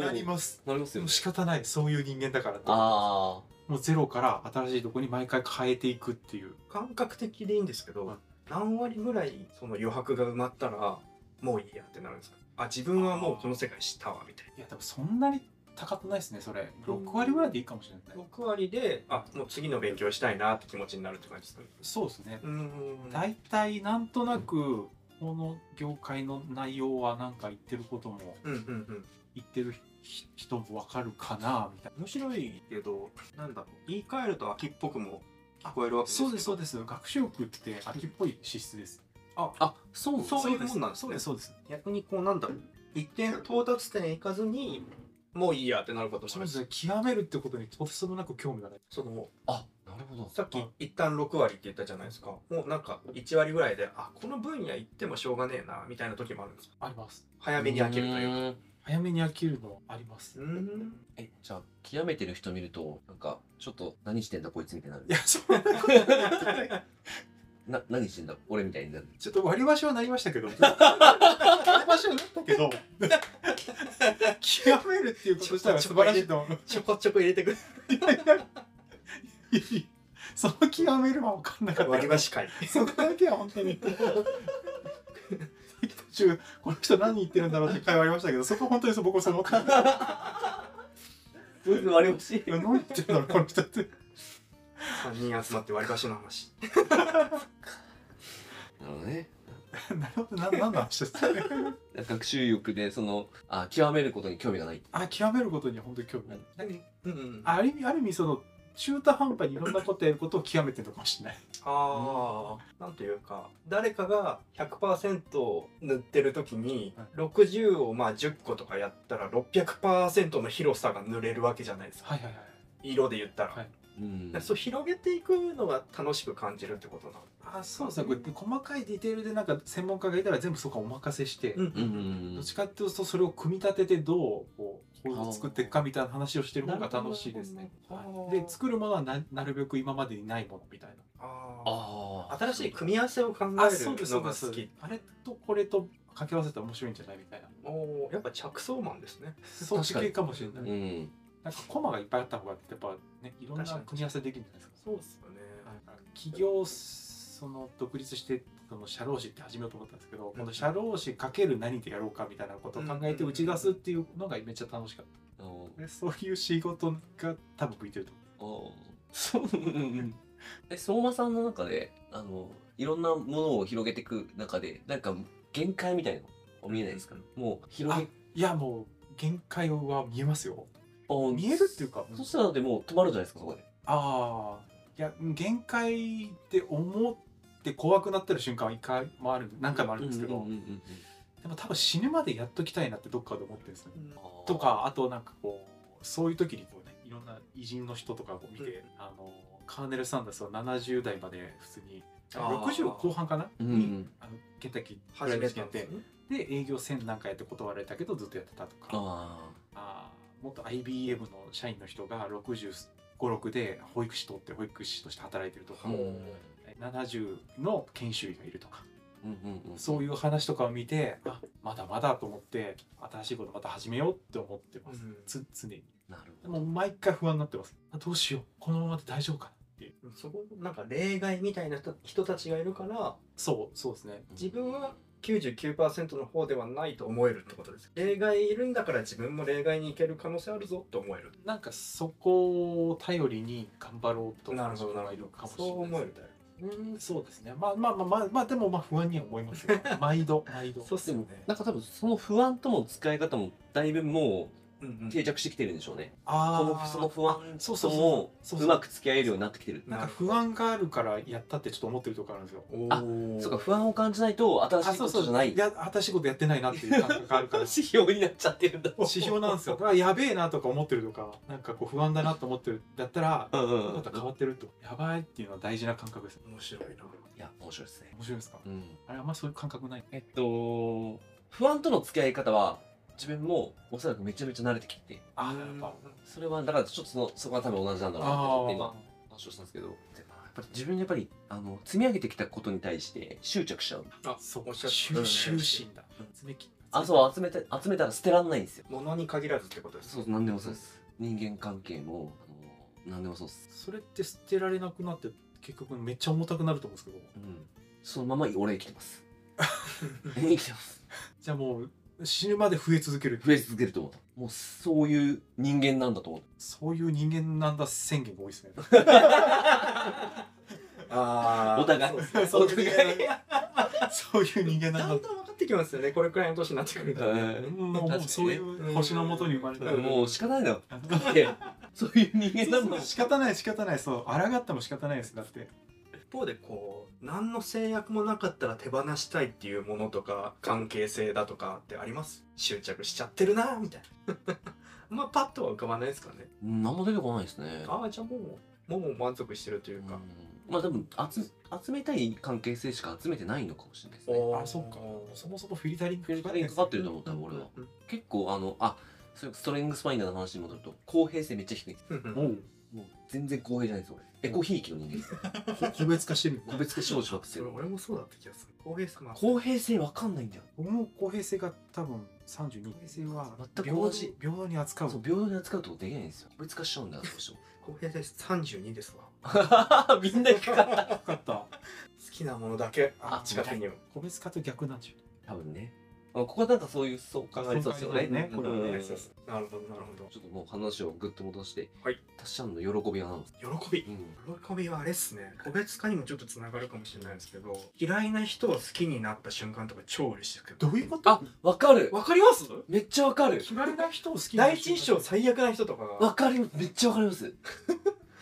[SPEAKER 3] なり
[SPEAKER 2] す
[SPEAKER 3] ます
[SPEAKER 2] なります
[SPEAKER 3] で
[SPEAKER 2] よね
[SPEAKER 3] も仕方ないそういう人間だからと
[SPEAKER 2] あ
[SPEAKER 3] もうゼロから新しいとこに毎回変えていくっていう
[SPEAKER 4] 感覚的でいいんですけど、
[SPEAKER 3] はい
[SPEAKER 4] 何割ぐらいその余白が埋まったらもういいやってなるんですかあ自分はもうこの世界知ったわみたい
[SPEAKER 3] いやでもそんなに高くないですねそれ6割ぐらいでいいかもしれない、
[SPEAKER 4] な6割であもう次の勉強したいなって気持ちになるって感じですかね
[SPEAKER 3] そうですね
[SPEAKER 4] うーん
[SPEAKER 3] 大体なんとなくこの業界の内容はなんか言ってることも
[SPEAKER 4] うんうんうん
[SPEAKER 3] 言ってるひ人もわかるかなみたいな
[SPEAKER 4] 面白いけどなんだろう言い換えると秋っぽくも聞こえるわけですけど
[SPEAKER 3] そうですそうです学習欲って秋っぽい資質です
[SPEAKER 2] ーあそうなんです
[SPEAKER 4] そういうもんなんで
[SPEAKER 3] そ
[SPEAKER 4] すね
[SPEAKER 3] うですそうです
[SPEAKER 4] 逆にこうなんだろう一点到達点へ行かずにもういいやってなることも
[SPEAKER 3] そ
[SPEAKER 4] あ
[SPEAKER 3] う
[SPEAKER 4] る
[SPEAKER 3] で
[SPEAKER 4] し
[SPEAKER 3] す極めるってことにとてつもなく興味がない
[SPEAKER 4] その
[SPEAKER 2] あなるほど
[SPEAKER 4] さっき一旦6割って言ったじゃないですかもうなんか1割ぐらいであこの分野行ってもしょうがねえなみたいな時もあるんですか
[SPEAKER 3] あります
[SPEAKER 4] 早めに飽きるとい
[SPEAKER 2] う
[SPEAKER 4] うか
[SPEAKER 2] ーん
[SPEAKER 3] 早めに飽きるのあります
[SPEAKER 4] うーん
[SPEAKER 2] えじゃあ極めてる人見るとなんかちょっと何してんだこいつみたいになる
[SPEAKER 3] いや そんなことない
[SPEAKER 2] な何してんだ俺みたいになる
[SPEAKER 3] ちょっと割り箸はなりました けど割り箸 はなったけど極めるっていうこと自体は素晴らしいと思う
[SPEAKER 4] ちょこちょこ入れて くる
[SPEAKER 3] その極めるは分かんなかった
[SPEAKER 4] 割り箸会
[SPEAKER 3] そこだけは本当に途中この人何言ってるんだろうって会話ありましたけどそこ本当にそう僕もそう思った
[SPEAKER 2] 割りしい
[SPEAKER 3] 何言ってるんだろうこの人って
[SPEAKER 4] 3人集まって割り箸の話
[SPEAKER 2] なるほどね
[SPEAKER 3] なるほどな何の話ですかね
[SPEAKER 2] 学習欲でそのあ極めることに興味がない
[SPEAKER 3] あ極めることには本当に興味ない
[SPEAKER 4] うんうんあ
[SPEAKER 3] ある意味ある意味その中途半端にいろんなことやることを極めてるのかもしれない
[SPEAKER 4] あーなんというか誰かが100%塗ってる時に
[SPEAKER 3] はい
[SPEAKER 4] 60をまあ10個とかやったら600%の広さが塗れるわけじゃないですか
[SPEAKER 3] はいはいはい
[SPEAKER 4] 色で言ったら、
[SPEAKER 3] はい
[SPEAKER 2] うん
[SPEAKER 4] だからそう広げていくのが楽しく感じるってことなの
[SPEAKER 3] あそうですねこれ細かいディテールでなんか専門家がいたら全部そこはお任せして、
[SPEAKER 4] うん
[SPEAKER 2] うんうんうん
[SPEAKER 3] どっちかっていうとそれを組み立ててどうこう構造を作っていくかみたいな話をしてる方が楽しいですね。
[SPEAKER 4] なるほど
[SPEAKER 3] はいで作るものはななるべく今までにないものみたい
[SPEAKER 4] あ
[SPEAKER 2] あ
[SPEAKER 4] あ
[SPEAKER 2] あ
[SPEAKER 4] 新しい組み合わせを考える
[SPEAKER 3] な。あそうですそ
[SPEAKER 4] の
[SPEAKER 3] う
[SPEAKER 4] が
[SPEAKER 3] です
[SPEAKER 4] 好き。
[SPEAKER 3] あれとこれと掛け合わせたら面白いんじゃないみたいな。
[SPEAKER 4] おおーやっぱ着想マンですね
[SPEAKER 3] そっち系かもしれない。
[SPEAKER 2] うん
[SPEAKER 3] なんかコマがいっぱいあった方がやっぱねいろんな
[SPEAKER 4] 確かに
[SPEAKER 3] 組み合わせできるんじゃないですか。
[SPEAKER 4] そうっすよね
[SPEAKER 3] はい起業その独立してその社労士って始めようと思ったんですけど、この社労士かける何でやろうかみたいなことを考えて打ち出すっていうのがめっちゃ楽しかっ
[SPEAKER 2] あの
[SPEAKER 3] た、でそういう仕事が多分向いてると思
[SPEAKER 2] あーそううんえ相馬さんの中であのいろんなものを広げていく中でなんか限界みたいなの見えないですか、もう広げ
[SPEAKER 3] ういやもう限界は見えますよ
[SPEAKER 2] あ
[SPEAKER 3] 見えるっていうか
[SPEAKER 2] そしたらでもう止まるじゃないですかそこで
[SPEAKER 3] ああいや限界って思って怖くなってる瞬間は一回もある何回もあるんですけど、
[SPEAKER 2] うんうんうんうん
[SPEAKER 3] でも多分死ぬまでやっときたいなってどっかで思ってるんですね
[SPEAKER 2] あー
[SPEAKER 3] とかあとなんかこうそういう時にこうねいろんな偉人の人とかを見て、
[SPEAKER 4] うん
[SPEAKER 3] あのカーネル・サンダースは70代まで普通に
[SPEAKER 4] あー
[SPEAKER 3] 60後半かな
[SPEAKER 2] うんう
[SPEAKER 3] に
[SPEAKER 2] ん
[SPEAKER 3] あのケンタッキープラ
[SPEAKER 4] 初
[SPEAKER 3] イベ
[SPEAKER 4] め
[SPEAKER 3] ート
[SPEAKER 4] て
[SPEAKER 3] や
[SPEAKER 4] な
[SPEAKER 3] っ
[SPEAKER 4] んです
[SPEAKER 3] て
[SPEAKER 4] よね
[SPEAKER 3] で営業1000何回やって断られたけどずっとやってたとか
[SPEAKER 2] あ
[SPEAKER 3] あー元 IBM の社員の人が656で保育士とって保育士として働いてると
[SPEAKER 2] あ
[SPEAKER 3] か、
[SPEAKER 2] もう
[SPEAKER 3] 70の研修医がいるとか
[SPEAKER 2] うんうんうん
[SPEAKER 3] そういう話とかを見てあまだまだと思って新しいことまた始めようって思ってます、つ常に。
[SPEAKER 2] なる
[SPEAKER 3] で
[SPEAKER 2] ほど
[SPEAKER 3] も毎回不安になってます。あどうしよう。このままで大丈夫かなっていう。
[SPEAKER 4] うんそこなんか例外みたいな人人たちがいるから
[SPEAKER 3] そう、そうですね。
[SPEAKER 4] 自分は99%の方ではないと思えるってことです例外いるんだから自分も例外に行ける可能性あるぞって思える
[SPEAKER 3] なんかそこを頼りに頑張ろうと
[SPEAKER 4] なるほどな
[SPEAKER 3] がい
[SPEAKER 4] る
[SPEAKER 3] るか
[SPEAKER 4] ほど
[SPEAKER 3] もしれ
[SPEAKER 4] そう
[SPEAKER 3] な
[SPEAKER 4] 思
[SPEAKER 3] い
[SPEAKER 4] え
[SPEAKER 3] で
[SPEAKER 4] る
[SPEAKER 3] す。
[SPEAKER 4] だよ
[SPEAKER 3] うんそうですね。まあまあまあまあ、まあ、でもまあ不安には思います よ。毎度、毎度。
[SPEAKER 4] そうっす
[SPEAKER 2] で
[SPEAKER 4] よね
[SPEAKER 2] もなんか多分その不安とも使い方もだいぶも
[SPEAKER 4] うんう
[SPEAKER 2] うん定着してきてるんでしょうね、
[SPEAKER 3] あ
[SPEAKER 2] こ
[SPEAKER 3] ー
[SPEAKER 2] のその不安
[SPEAKER 3] そうそ
[SPEAKER 2] と
[SPEAKER 3] うそ
[SPEAKER 2] も
[SPEAKER 3] そうそ
[SPEAKER 2] う
[SPEAKER 3] う
[SPEAKER 2] まく付き合えるようになってきてる
[SPEAKER 3] う。なんか不安があるからやったってちょっと思ってるとこあるんですよ。
[SPEAKER 4] お
[SPEAKER 2] あ
[SPEAKER 4] ー
[SPEAKER 2] そうか不安を感じないと新しいことじゃない
[SPEAKER 3] いや、新しいことやってないなっていう感覚がある から。
[SPEAKER 2] 指標になっちゃってるんだ
[SPEAKER 3] 指標なんですよ。だからやべえなとか思ってるとか、なんかこう不安だなと思ってるだった ら、
[SPEAKER 2] うんうんうん
[SPEAKER 3] また変わってると。やばいっていうのは大事な感覚です。
[SPEAKER 4] 面白いない
[SPEAKER 2] や面白いですね、
[SPEAKER 3] 面白いですか
[SPEAKER 2] うん、
[SPEAKER 3] あれあんまそういう感覚ない
[SPEAKER 2] えっと不安との付き合い方は自分もおそらくめちゃめちゃ慣れてきて
[SPEAKER 3] あ
[SPEAKER 2] それはだからちょっとそのそこは多分同じなんだろうなと思って今話をしたんですけどでまあやっぱり自分でやっぱりあの積み上げてきたことに対して執着しちゃう
[SPEAKER 4] あ
[SPEAKER 3] そう
[SPEAKER 4] おっしゃ
[SPEAKER 3] 終
[SPEAKER 4] る通り
[SPEAKER 3] 終身だ
[SPEAKER 4] うん
[SPEAKER 3] 爪切った
[SPEAKER 2] あそう集めて集めたら捨てらんないんですよ
[SPEAKER 4] 物に限らずってことです
[SPEAKER 2] そう何でもそうです人間関係もあの何でもそうです
[SPEAKER 3] それって捨てられなくなって結局めっちゃ重たくなると思うんですけど
[SPEAKER 2] うんそのまま俺生きてます 生きてます
[SPEAKER 3] じゃあもう死ぬまで増え続ける
[SPEAKER 2] 増え続けると思うもうそういう人間なんだと思う
[SPEAKER 3] そういう人間なんだ宣言が多いですね
[SPEAKER 4] あー
[SPEAKER 2] お互い
[SPEAKER 4] そうですね
[SPEAKER 2] お互い
[SPEAKER 3] そういう人間
[SPEAKER 4] だ
[SPEAKER 3] なん
[SPEAKER 4] ん
[SPEAKER 3] だ
[SPEAKER 4] だん分かってきますよねこれくらいの年になってくると
[SPEAKER 2] うん
[SPEAKER 3] うんもうそういう星のもとに生まれた
[SPEAKER 4] うん
[SPEAKER 2] もう仕方ないのってそういう人間なんだ
[SPEAKER 3] 仕方ない仕方ないそう抗っても仕方ないですだって
[SPEAKER 4] 一方でこう何の制約もなかったら手放したいっていうものとか関係性だとかってあります執着しちゃってるなみ たいなまあパッとは浮かばないですからね
[SPEAKER 2] 何も出てこないですね
[SPEAKER 4] ああじゃあもうもう満足してるというか、
[SPEAKER 2] うんまあでも集集めたい関係性しか集めてないのかもしれないですね
[SPEAKER 4] おー
[SPEAKER 3] あそうかそもそもフィルタリング
[SPEAKER 2] フィルタリングかかってると思う多分俺は
[SPEAKER 4] うん
[SPEAKER 2] 結構あのあそれストレングスファインダーの話に戻ると公平性めっちゃ低いんです
[SPEAKER 4] うんうん
[SPEAKER 3] もう
[SPEAKER 2] もう全然公平じゃないです俺エコひいきの人間です
[SPEAKER 3] こ個別化してる
[SPEAKER 2] 個別化少女学
[SPEAKER 4] そ
[SPEAKER 2] 生
[SPEAKER 4] れ俺もそうだった気がする浩平様
[SPEAKER 2] 公平性わかんないんだよ
[SPEAKER 3] 僕も公平性が多分32公平性は
[SPEAKER 2] 全く
[SPEAKER 3] 平
[SPEAKER 2] 同
[SPEAKER 3] 等
[SPEAKER 2] じ
[SPEAKER 3] 平等に扱う
[SPEAKER 2] そう平等に扱うとこできないんですよ個別化しちゃうんだよどうしても
[SPEAKER 4] 浩平です32ですわ好
[SPEAKER 2] みんな引っかかった
[SPEAKER 3] よかった
[SPEAKER 4] きなものだけ
[SPEAKER 2] あ
[SPEAKER 4] 近くには
[SPEAKER 3] 個別化と逆なんち
[SPEAKER 2] 多分ねあここはなんかそういうそう考えそうですよね
[SPEAKER 3] ねこれはね
[SPEAKER 2] うん
[SPEAKER 4] そうそうなるほどなる
[SPEAKER 2] ちょっともう話をぐっと戻して、
[SPEAKER 4] はい、
[SPEAKER 2] タッシャンの喜びは何ですか、
[SPEAKER 4] ほど喜び
[SPEAKER 2] うん、
[SPEAKER 4] 喜びはあれっすね個別化にもちょっとつながるかもしれないですけど嫌いな人を好きになった瞬間とか超嬉しいですけ
[SPEAKER 3] ど
[SPEAKER 4] ど
[SPEAKER 3] ういうこと
[SPEAKER 2] あわかる
[SPEAKER 4] わかります
[SPEAKER 2] めっちゃわかる
[SPEAKER 3] 嫌いな人を好きになる
[SPEAKER 4] 第一印象最悪な人とか
[SPEAKER 2] わ
[SPEAKER 4] が
[SPEAKER 2] かりめっちゃわかります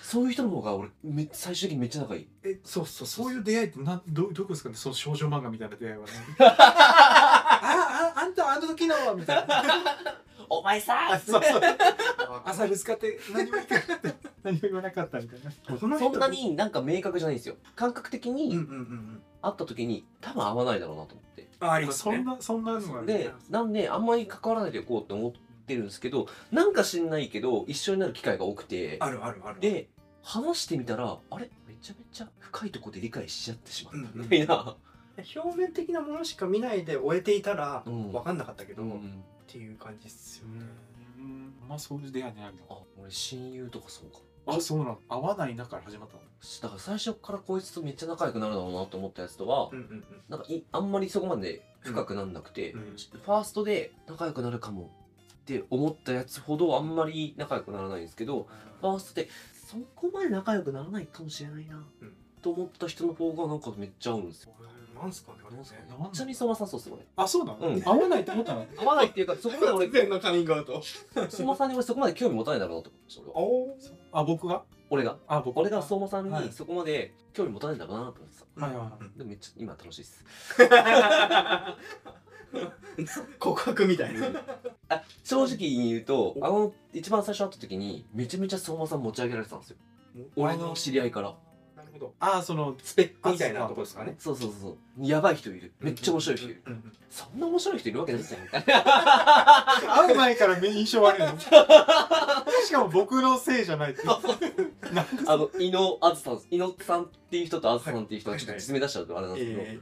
[SPEAKER 2] そういう人の方が俺め最終的にめっちゃ仲いい
[SPEAKER 4] えそうそう
[SPEAKER 3] そ
[SPEAKER 4] そ
[SPEAKER 3] うう
[SPEAKER 4] いう
[SPEAKER 3] いう出会いってなんどうどういうことですかねその少女漫画みたいな出会いはねあああんたあの時のはみたいな
[SPEAKER 2] お前さ
[SPEAKER 3] そうそう
[SPEAKER 4] あ
[SPEAKER 3] 朝ぶつかって何も言ってなかった何も言わなかったみたいな
[SPEAKER 4] この
[SPEAKER 2] そ
[SPEAKER 4] 人
[SPEAKER 2] んなになんか明確じゃないんですよ感覚的
[SPEAKER 4] うんうん
[SPEAKER 2] に
[SPEAKER 4] うんうん
[SPEAKER 2] 会った時に多分合わないだろうなと思って
[SPEAKER 4] ああります
[SPEAKER 3] そん
[SPEAKER 4] ね
[SPEAKER 3] なそんなのが
[SPEAKER 2] でなんであんまり関わらないでいこうって思ってるんですけどなんか知んないけど一緒になる機会が多くて
[SPEAKER 4] あるあるある
[SPEAKER 2] で話してみたらあれめちゃめちゃ深いとこで理解しちゃってしまった
[SPEAKER 4] うんうん
[SPEAKER 2] みたいな、
[SPEAKER 4] 表面的なものしか見ないで終えていたら
[SPEAKER 2] うん
[SPEAKER 4] 分かんなかったけど、
[SPEAKER 2] う
[SPEAKER 4] っ
[SPEAKER 2] ん
[SPEAKER 4] ていう感じっす
[SPEAKER 3] う
[SPEAKER 4] よね
[SPEAKER 3] んまあそういう出会いじゃないの
[SPEAKER 2] あ俺親友とかそうか
[SPEAKER 3] あそうなの合わない中から始まったの
[SPEAKER 2] だから最初からこいつとめっちゃ仲良くなるだろうなと思ったやつとは、
[SPEAKER 4] うんうん
[SPEAKER 2] なんかいあんまりそこまで深くなんなくて、
[SPEAKER 4] うんうん
[SPEAKER 2] ちょっとファーストで仲良くなるかもって思ったやつほどあんまり仲良くならないんですけどファーストでそこまで仲良くならないかもしれないな、
[SPEAKER 4] うん
[SPEAKER 2] と思った人の方がなんかめっちゃ合うんですよ。
[SPEAKER 4] うん。なんすかねあれね。
[SPEAKER 3] なんだ
[SPEAKER 2] ちなみにそばさんそうっすよね。
[SPEAKER 3] あそうなの、
[SPEAKER 2] うん
[SPEAKER 3] 合わないと思ったの
[SPEAKER 2] 合わないっていうかそこまで俺
[SPEAKER 4] 突 然のカミングアウト。
[SPEAKER 2] 相馬さんに俺そこまで興味持たないだろうなと思って俺は
[SPEAKER 4] お
[SPEAKER 3] あ僕が
[SPEAKER 2] 俺が
[SPEAKER 3] あ僕
[SPEAKER 2] 俺が相馬さん
[SPEAKER 3] はい
[SPEAKER 2] にそこまで興味持たないだろうなと思ってた
[SPEAKER 3] はいはいはい
[SPEAKER 2] でもめっちゃ今楽しいっ す
[SPEAKER 4] 告白みたいな。
[SPEAKER 2] あ正直に言うとあの一番最初会った時にめちゃめちゃ相馬さん持ち上げられてたんですよ俺の知り合いから
[SPEAKER 4] なるほど。
[SPEAKER 3] あその
[SPEAKER 4] スペックみたいなとこですかね。
[SPEAKER 2] そうそうそうそうやばい人いるめっちゃ面白い人いる
[SPEAKER 4] うんうん
[SPEAKER 2] そんな面白い人いるわけないじゃん
[SPEAKER 3] 会う前から印象悪い のしかも僕のせいじゃ ないってなんで
[SPEAKER 2] あの伊野あずさん伊野さんっていう人とあずさんっていう人はちょっと実名出しちゃうとあれなんですけど、
[SPEAKER 4] え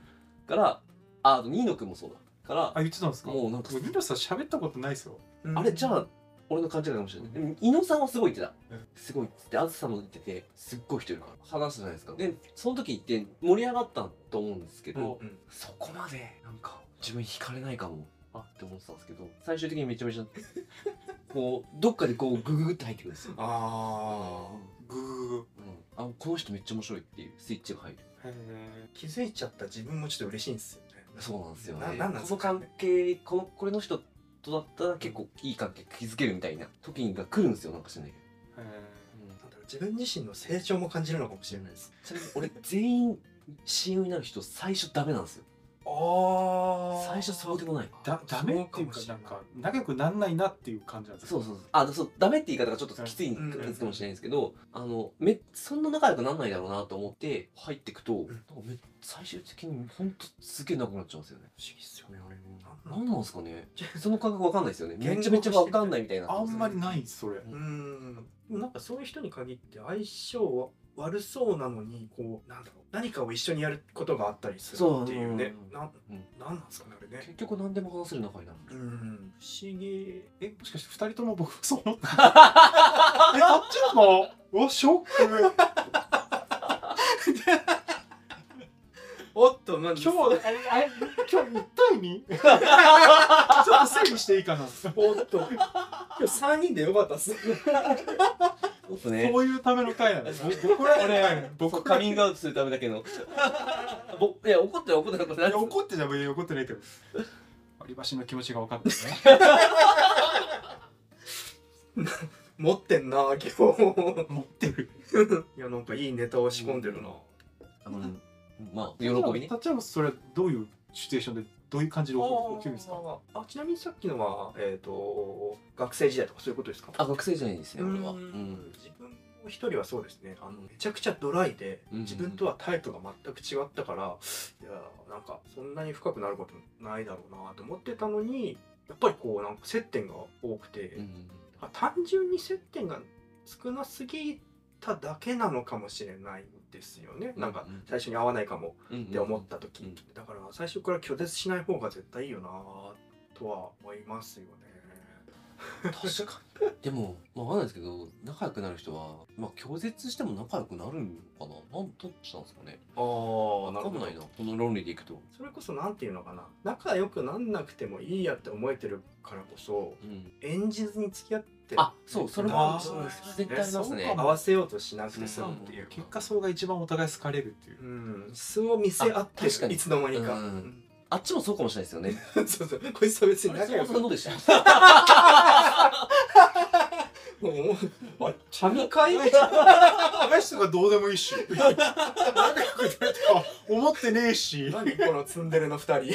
[SPEAKER 2] からあ新野くんもそうだから
[SPEAKER 3] あ言ってたんですか
[SPEAKER 2] もうなんか
[SPEAKER 3] ニノさん喋ったことないですよ
[SPEAKER 4] え
[SPEAKER 2] あれじゃあ俺の勘違いかもしれない。でも伊野さんはすごい言ってた
[SPEAKER 3] うん。
[SPEAKER 2] すごいっつって、あずさんも言ってて、すっごい人いるから話したじゃないですか。で、その時言って盛り上がったと思うんですけ
[SPEAKER 4] うん
[SPEAKER 2] ど、
[SPEAKER 4] うん
[SPEAKER 2] そこまでなんか自分惹かれないかも
[SPEAKER 3] あ
[SPEAKER 2] って思ってたんですけど、最終的にめちゃめちゃ、こう、どっかでこうグググって入ってくるんですよ。
[SPEAKER 4] あー
[SPEAKER 3] グーグーグ
[SPEAKER 2] うん、あこの人めっちゃ面白いっていうスイッチが入る。
[SPEAKER 3] ーへ
[SPEAKER 4] 気づいちゃった自分もちょっと嬉しいんですよね。
[SPEAKER 2] そうなんですよね。
[SPEAKER 4] ななんなんで
[SPEAKER 2] こ
[SPEAKER 4] す
[SPEAKER 2] の
[SPEAKER 4] か
[SPEAKER 2] 関
[SPEAKER 4] ね
[SPEAKER 2] 係、この、これの人とだったら結構いい関係築けるみたいな時が来るんですよ、なんかしないけど。
[SPEAKER 3] ーへ
[SPEAKER 2] うん
[SPEAKER 4] なんだろう自分自身の成長も感じるのかもしれないです。
[SPEAKER 2] ちなみに俺全員親友になる人最初ダメなんですよ
[SPEAKER 4] あ
[SPEAKER 2] 最初そうでもない
[SPEAKER 3] ーだダメっていうか
[SPEAKER 4] そう
[SPEAKER 3] なん
[SPEAKER 4] かもしれない
[SPEAKER 3] か仲良くなんないなっていう感じなんです
[SPEAKER 2] そう
[SPEAKER 3] う
[SPEAKER 2] そうそうあそうダメって言い方がちょっときつい
[SPEAKER 4] うん
[SPEAKER 2] かもしれないんですけど、あのめそんな仲良くなんないだろうなと思って入ってくと、なんかめ最終的にほんとすげえなくなっちゃうんですよね
[SPEAKER 4] 不思議っすよね。
[SPEAKER 2] ねあれ
[SPEAKER 4] な
[SPEAKER 2] なんなんですかねその感覚わかんないですよね
[SPEAKER 4] 言語
[SPEAKER 2] めちゃめちゃわかんないみたいな
[SPEAKER 3] あんまりないですそれ
[SPEAKER 4] うーん。でもなんかそういう人に限って相性は悪そうなのにこうなんだろう何かを一緒にやることがあったりするっていうね。
[SPEAKER 2] そう
[SPEAKER 4] なん
[SPEAKER 2] うん
[SPEAKER 4] なんなんですかねあれね。
[SPEAKER 2] 結局何でも話せる仲になる
[SPEAKER 4] うん。
[SPEAKER 3] 不思議えもしかして二人とも僕そう思ったえあっちなのうわショック
[SPEAKER 4] おっとなん
[SPEAKER 3] 今日あれあれ今日一対二ちょっと整理していいかなそ
[SPEAKER 4] おっと今日三人でよかったっす。
[SPEAKER 2] そうですね
[SPEAKER 3] ういうための会なん です僕ら
[SPEAKER 2] 俺僕カミングアウトするためだけの僕いや怒ってない怒ってない怒ってない
[SPEAKER 3] いや怒ってたもんいや怒ってないけど割り箸の気持ちが分かったね
[SPEAKER 4] 持ってんな今日。
[SPEAKER 3] 持ってる
[SPEAKER 4] いやなんかいいネタを仕込んでるな。
[SPEAKER 2] あのまあ喜びね
[SPEAKER 3] たっちゃんはそれはどういうシチュエーションでどういう感じで怒るんですか
[SPEAKER 4] あちなみにさっきのは、えー、と学生時代とかそういうことですか
[SPEAKER 2] あ学生じゃないですね
[SPEAKER 4] う
[SPEAKER 2] 俺
[SPEAKER 4] ん
[SPEAKER 2] は
[SPEAKER 4] 自分も一人はそうですねあのめちゃくちゃドライで
[SPEAKER 2] うん
[SPEAKER 4] 自分とはタイプが全く違ったから、いやーなんかそんなに深くなることないだろうなと思ってたのにやっぱりこうなんか接点が多くて、
[SPEAKER 2] うん
[SPEAKER 4] 単純に接点が少なすぎただけなのかもしれないんですよね、なんか
[SPEAKER 2] うん
[SPEAKER 4] 最初に合わないかも
[SPEAKER 2] うん
[SPEAKER 4] って思った時、
[SPEAKER 2] うん
[SPEAKER 4] だから最初から拒絶しない方が絶対いいよなとは思いますよね
[SPEAKER 2] 確かにでもまあわかんないですけど仲良くなる人はまあ拒絶しても仲良くなるのかななんどっちなんですかね
[SPEAKER 4] ああ
[SPEAKER 2] 分かんないなこの論理でいくと
[SPEAKER 4] それこそなんていうのかな仲良くなんなくてもいいやって思えてるからこそ
[SPEAKER 2] うん
[SPEAKER 4] 演じずに付き合って
[SPEAKER 2] あそうそれも
[SPEAKER 3] あー
[SPEAKER 2] 絶対あります
[SPEAKER 3] そうか
[SPEAKER 2] ね
[SPEAKER 3] も
[SPEAKER 4] 合わせようとしなくて済むっていう
[SPEAKER 3] 結果そうが一番お互い好かれるっていううん
[SPEAKER 4] 素を見せ合って
[SPEAKER 2] あ確かに
[SPEAKER 4] るいつの間にか、
[SPEAKER 2] うんあっちもそうかもしれないですよね
[SPEAKER 4] そうそうこいつは別に
[SPEAKER 2] あれ
[SPEAKER 4] 仲良
[SPEAKER 2] そんな
[SPEAKER 4] く
[SPEAKER 2] どうでした
[SPEAKER 4] もうもう神会
[SPEAKER 3] 話とかどうでもいいし思ってねえし
[SPEAKER 4] 何このツンデレの二人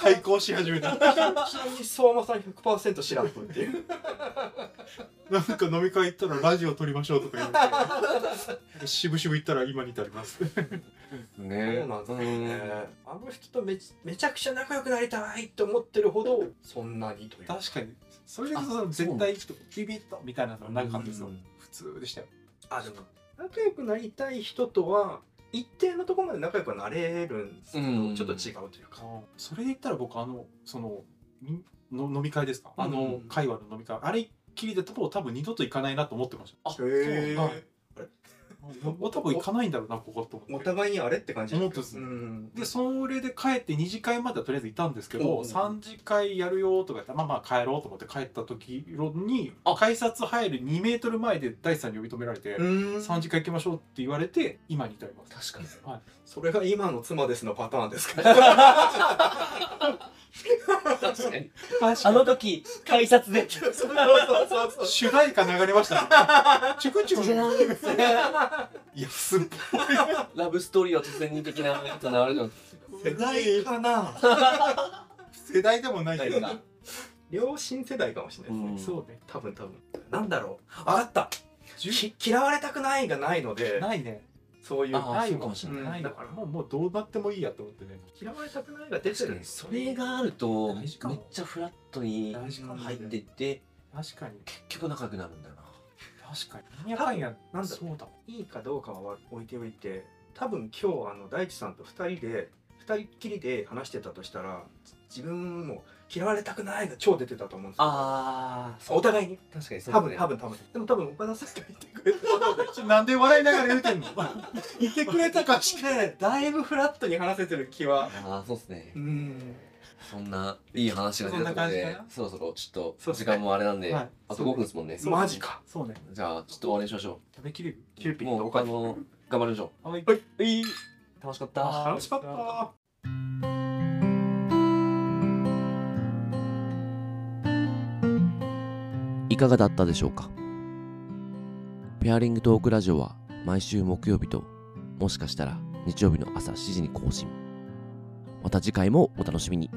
[SPEAKER 3] 対抗し始めた
[SPEAKER 4] ちなみに相馬さん100%知らんくんっていう
[SPEAKER 3] なんか飲み会行ったらラジオ撮りましょうとか言われて渋々行ったら今に至ります
[SPEAKER 2] ね
[SPEAKER 4] そうなんです
[SPEAKER 2] ね
[SPEAKER 4] ねあの人とめちめちゃくちゃ仲良くなりたいと思ってるほどそんなにという
[SPEAKER 3] 確かにそれで
[SPEAKER 2] あ
[SPEAKER 3] その絶対ちょっとビビッとみたいなのはなかったですよ
[SPEAKER 4] うん
[SPEAKER 3] 普通でしたよ
[SPEAKER 4] あでも仲良くなりたい人とは一定のところまで仲良くはなれるんですけど、
[SPEAKER 2] うん
[SPEAKER 4] ちょっと違うというか
[SPEAKER 3] それで言ったら僕あのそのみの飲み会ですかあの
[SPEAKER 4] うん
[SPEAKER 3] 会話の飲み会あれきりで多分多分二度と行かないなと思ってました
[SPEAKER 2] あ
[SPEAKER 4] へえ
[SPEAKER 3] はいもう多分行かないんだろうなここと思
[SPEAKER 4] お
[SPEAKER 3] って
[SPEAKER 4] 互いにあれって感じ
[SPEAKER 3] 思ってます
[SPEAKER 4] うん
[SPEAKER 3] でそれで帰って二次会まではとりあえずいたんですけど、
[SPEAKER 2] うん
[SPEAKER 3] 三次会やるよとか言ったらまあまあ帰ろうと思って帰った時に
[SPEAKER 2] あ
[SPEAKER 3] 改札入る2メートル前で大地さんに呼び止められて、
[SPEAKER 4] うん
[SPEAKER 3] 三次会行きましょうって言われて今に至ります
[SPEAKER 2] 確かに
[SPEAKER 4] それが今の妻ですのパターンですか
[SPEAKER 2] 確かに
[SPEAKER 3] 確
[SPEAKER 1] あの時、改札で。
[SPEAKER 4] そうそうそうそう
[SPEAKER 3] 主題歌流れま したねチュクチュクいやすっごい
[SPEAKER 2] ラブストーリーは突然に的なやつ流れてます
[SPEAKER 4] 世代かな
[SPEAKER 3] 世代でもないけど
[SPEAKER 2] ないか
[SPEAKER 4] 両親世代かもしれないですね、
[SPEAKER 2] うん
[SPEAKER 3] そうね
[SPEAKER 4] 多分多分なんだろうあったき嫌われたくないがないので
[SPEAKER 3] ないね
[SPEAKER 4] そういう
[SPEAKER 2] あ
[SPEAKER 3] ない
[SPEAKER 2] そう
[SPEAKER 3] よ
[SPEAKER 2] かもしれ
[SPEAKER 4] ない
[SPEAKER 3] ないだからもうもうどうなってもいいやと思ってね
[SPEAKER 4] 嫌われたくないが出て
[SPEAKER 2] 確か
[SPEAKER 4] る
[SPEAKER 2] にそれがあるとめ
[SPEAKER 3] 大
[SPEAKER 2] っ
[SPEAKER 3] 事かも
[SPEAKER 2] ちゃフラットに
[SPEAKER 3] 大事かもね
[SPEAKER 2] 入ってって
[SPEAKER 3] 確かに
[SPEAKER 2] 結局仲良くなるんだよな
[SPEAKER 3] 確かに何やかんや
[SPEAKER 4] なんだ
[SPEAKER 3] そうだ
[SPEAKER 4] いいかどうかは置いておいて多分今日あの大地さんと2人で2人っきりで話してたとしたら自分も嫌われたくないが超出てたと思うんですよ
[SPEAKER 2] あ
[SPEAKER 4] お互いに
[SPEAKER 2] 確かにそう
[SPEAKER 4] 多分多分多分でも多分岡田さんが言ってくれたことで
[SPEAKER 3] ちょなんで笑いながら言うてん の
[SPEAKER 4] 言ってくれたかしてだいぶフラットに話せてる気は
[SPEAKER 2] ああそうですね
[SPEAKER 4] うん
[SPEAKER 2] そんないい話が出たところ
[SPEAKER 3] そんな
[SPEAKER 2] で
[SPEAKER 3] 感じかな
[SPEAKER 2] そろそろちょっ
[SPEAKER 4] そ
[SPEAKER 2] と
[SPEAKER 4] うです
[SPEAKER 2] 時
[SPEAKER 4] ね
[SPEAKER 2] 間もあれなんで、
[SPEAKER 3] はい
[SPEAKER 2] あと5分ですもんね
[SPEAKER 3] そう
[SPEAKER 4] マジか
[SPEAKER 3] そうね
[SPEAKER 2] じゃあちょっと終わりにしましょ
[SPEAKER 3] 食べきれる
[SPEAKER 4] キュー
[SPEAKER 2] う
[SPEAKER 4] ピッド
[SPEAKER 2] も
[SPEAKER 4] の
[SPEAKER 2] う
[SPEAKER 4] 岡
[SPEAKER 2] あ
[SPEAKER 4] 田
[SPEAKER 2] の頑張りましょ
[SPEAKER 3] はい
[SPEAKER 2] いういい楽しかった
[SPEAKER 3] あ
[SPEAKER 4] 楽しかった
[SPEAKER 1] いかがだったでしょうかペアリングトークラジオは毎週木曜日ともしかしたら日曜日の朝7時に更新また次回もお楽しみに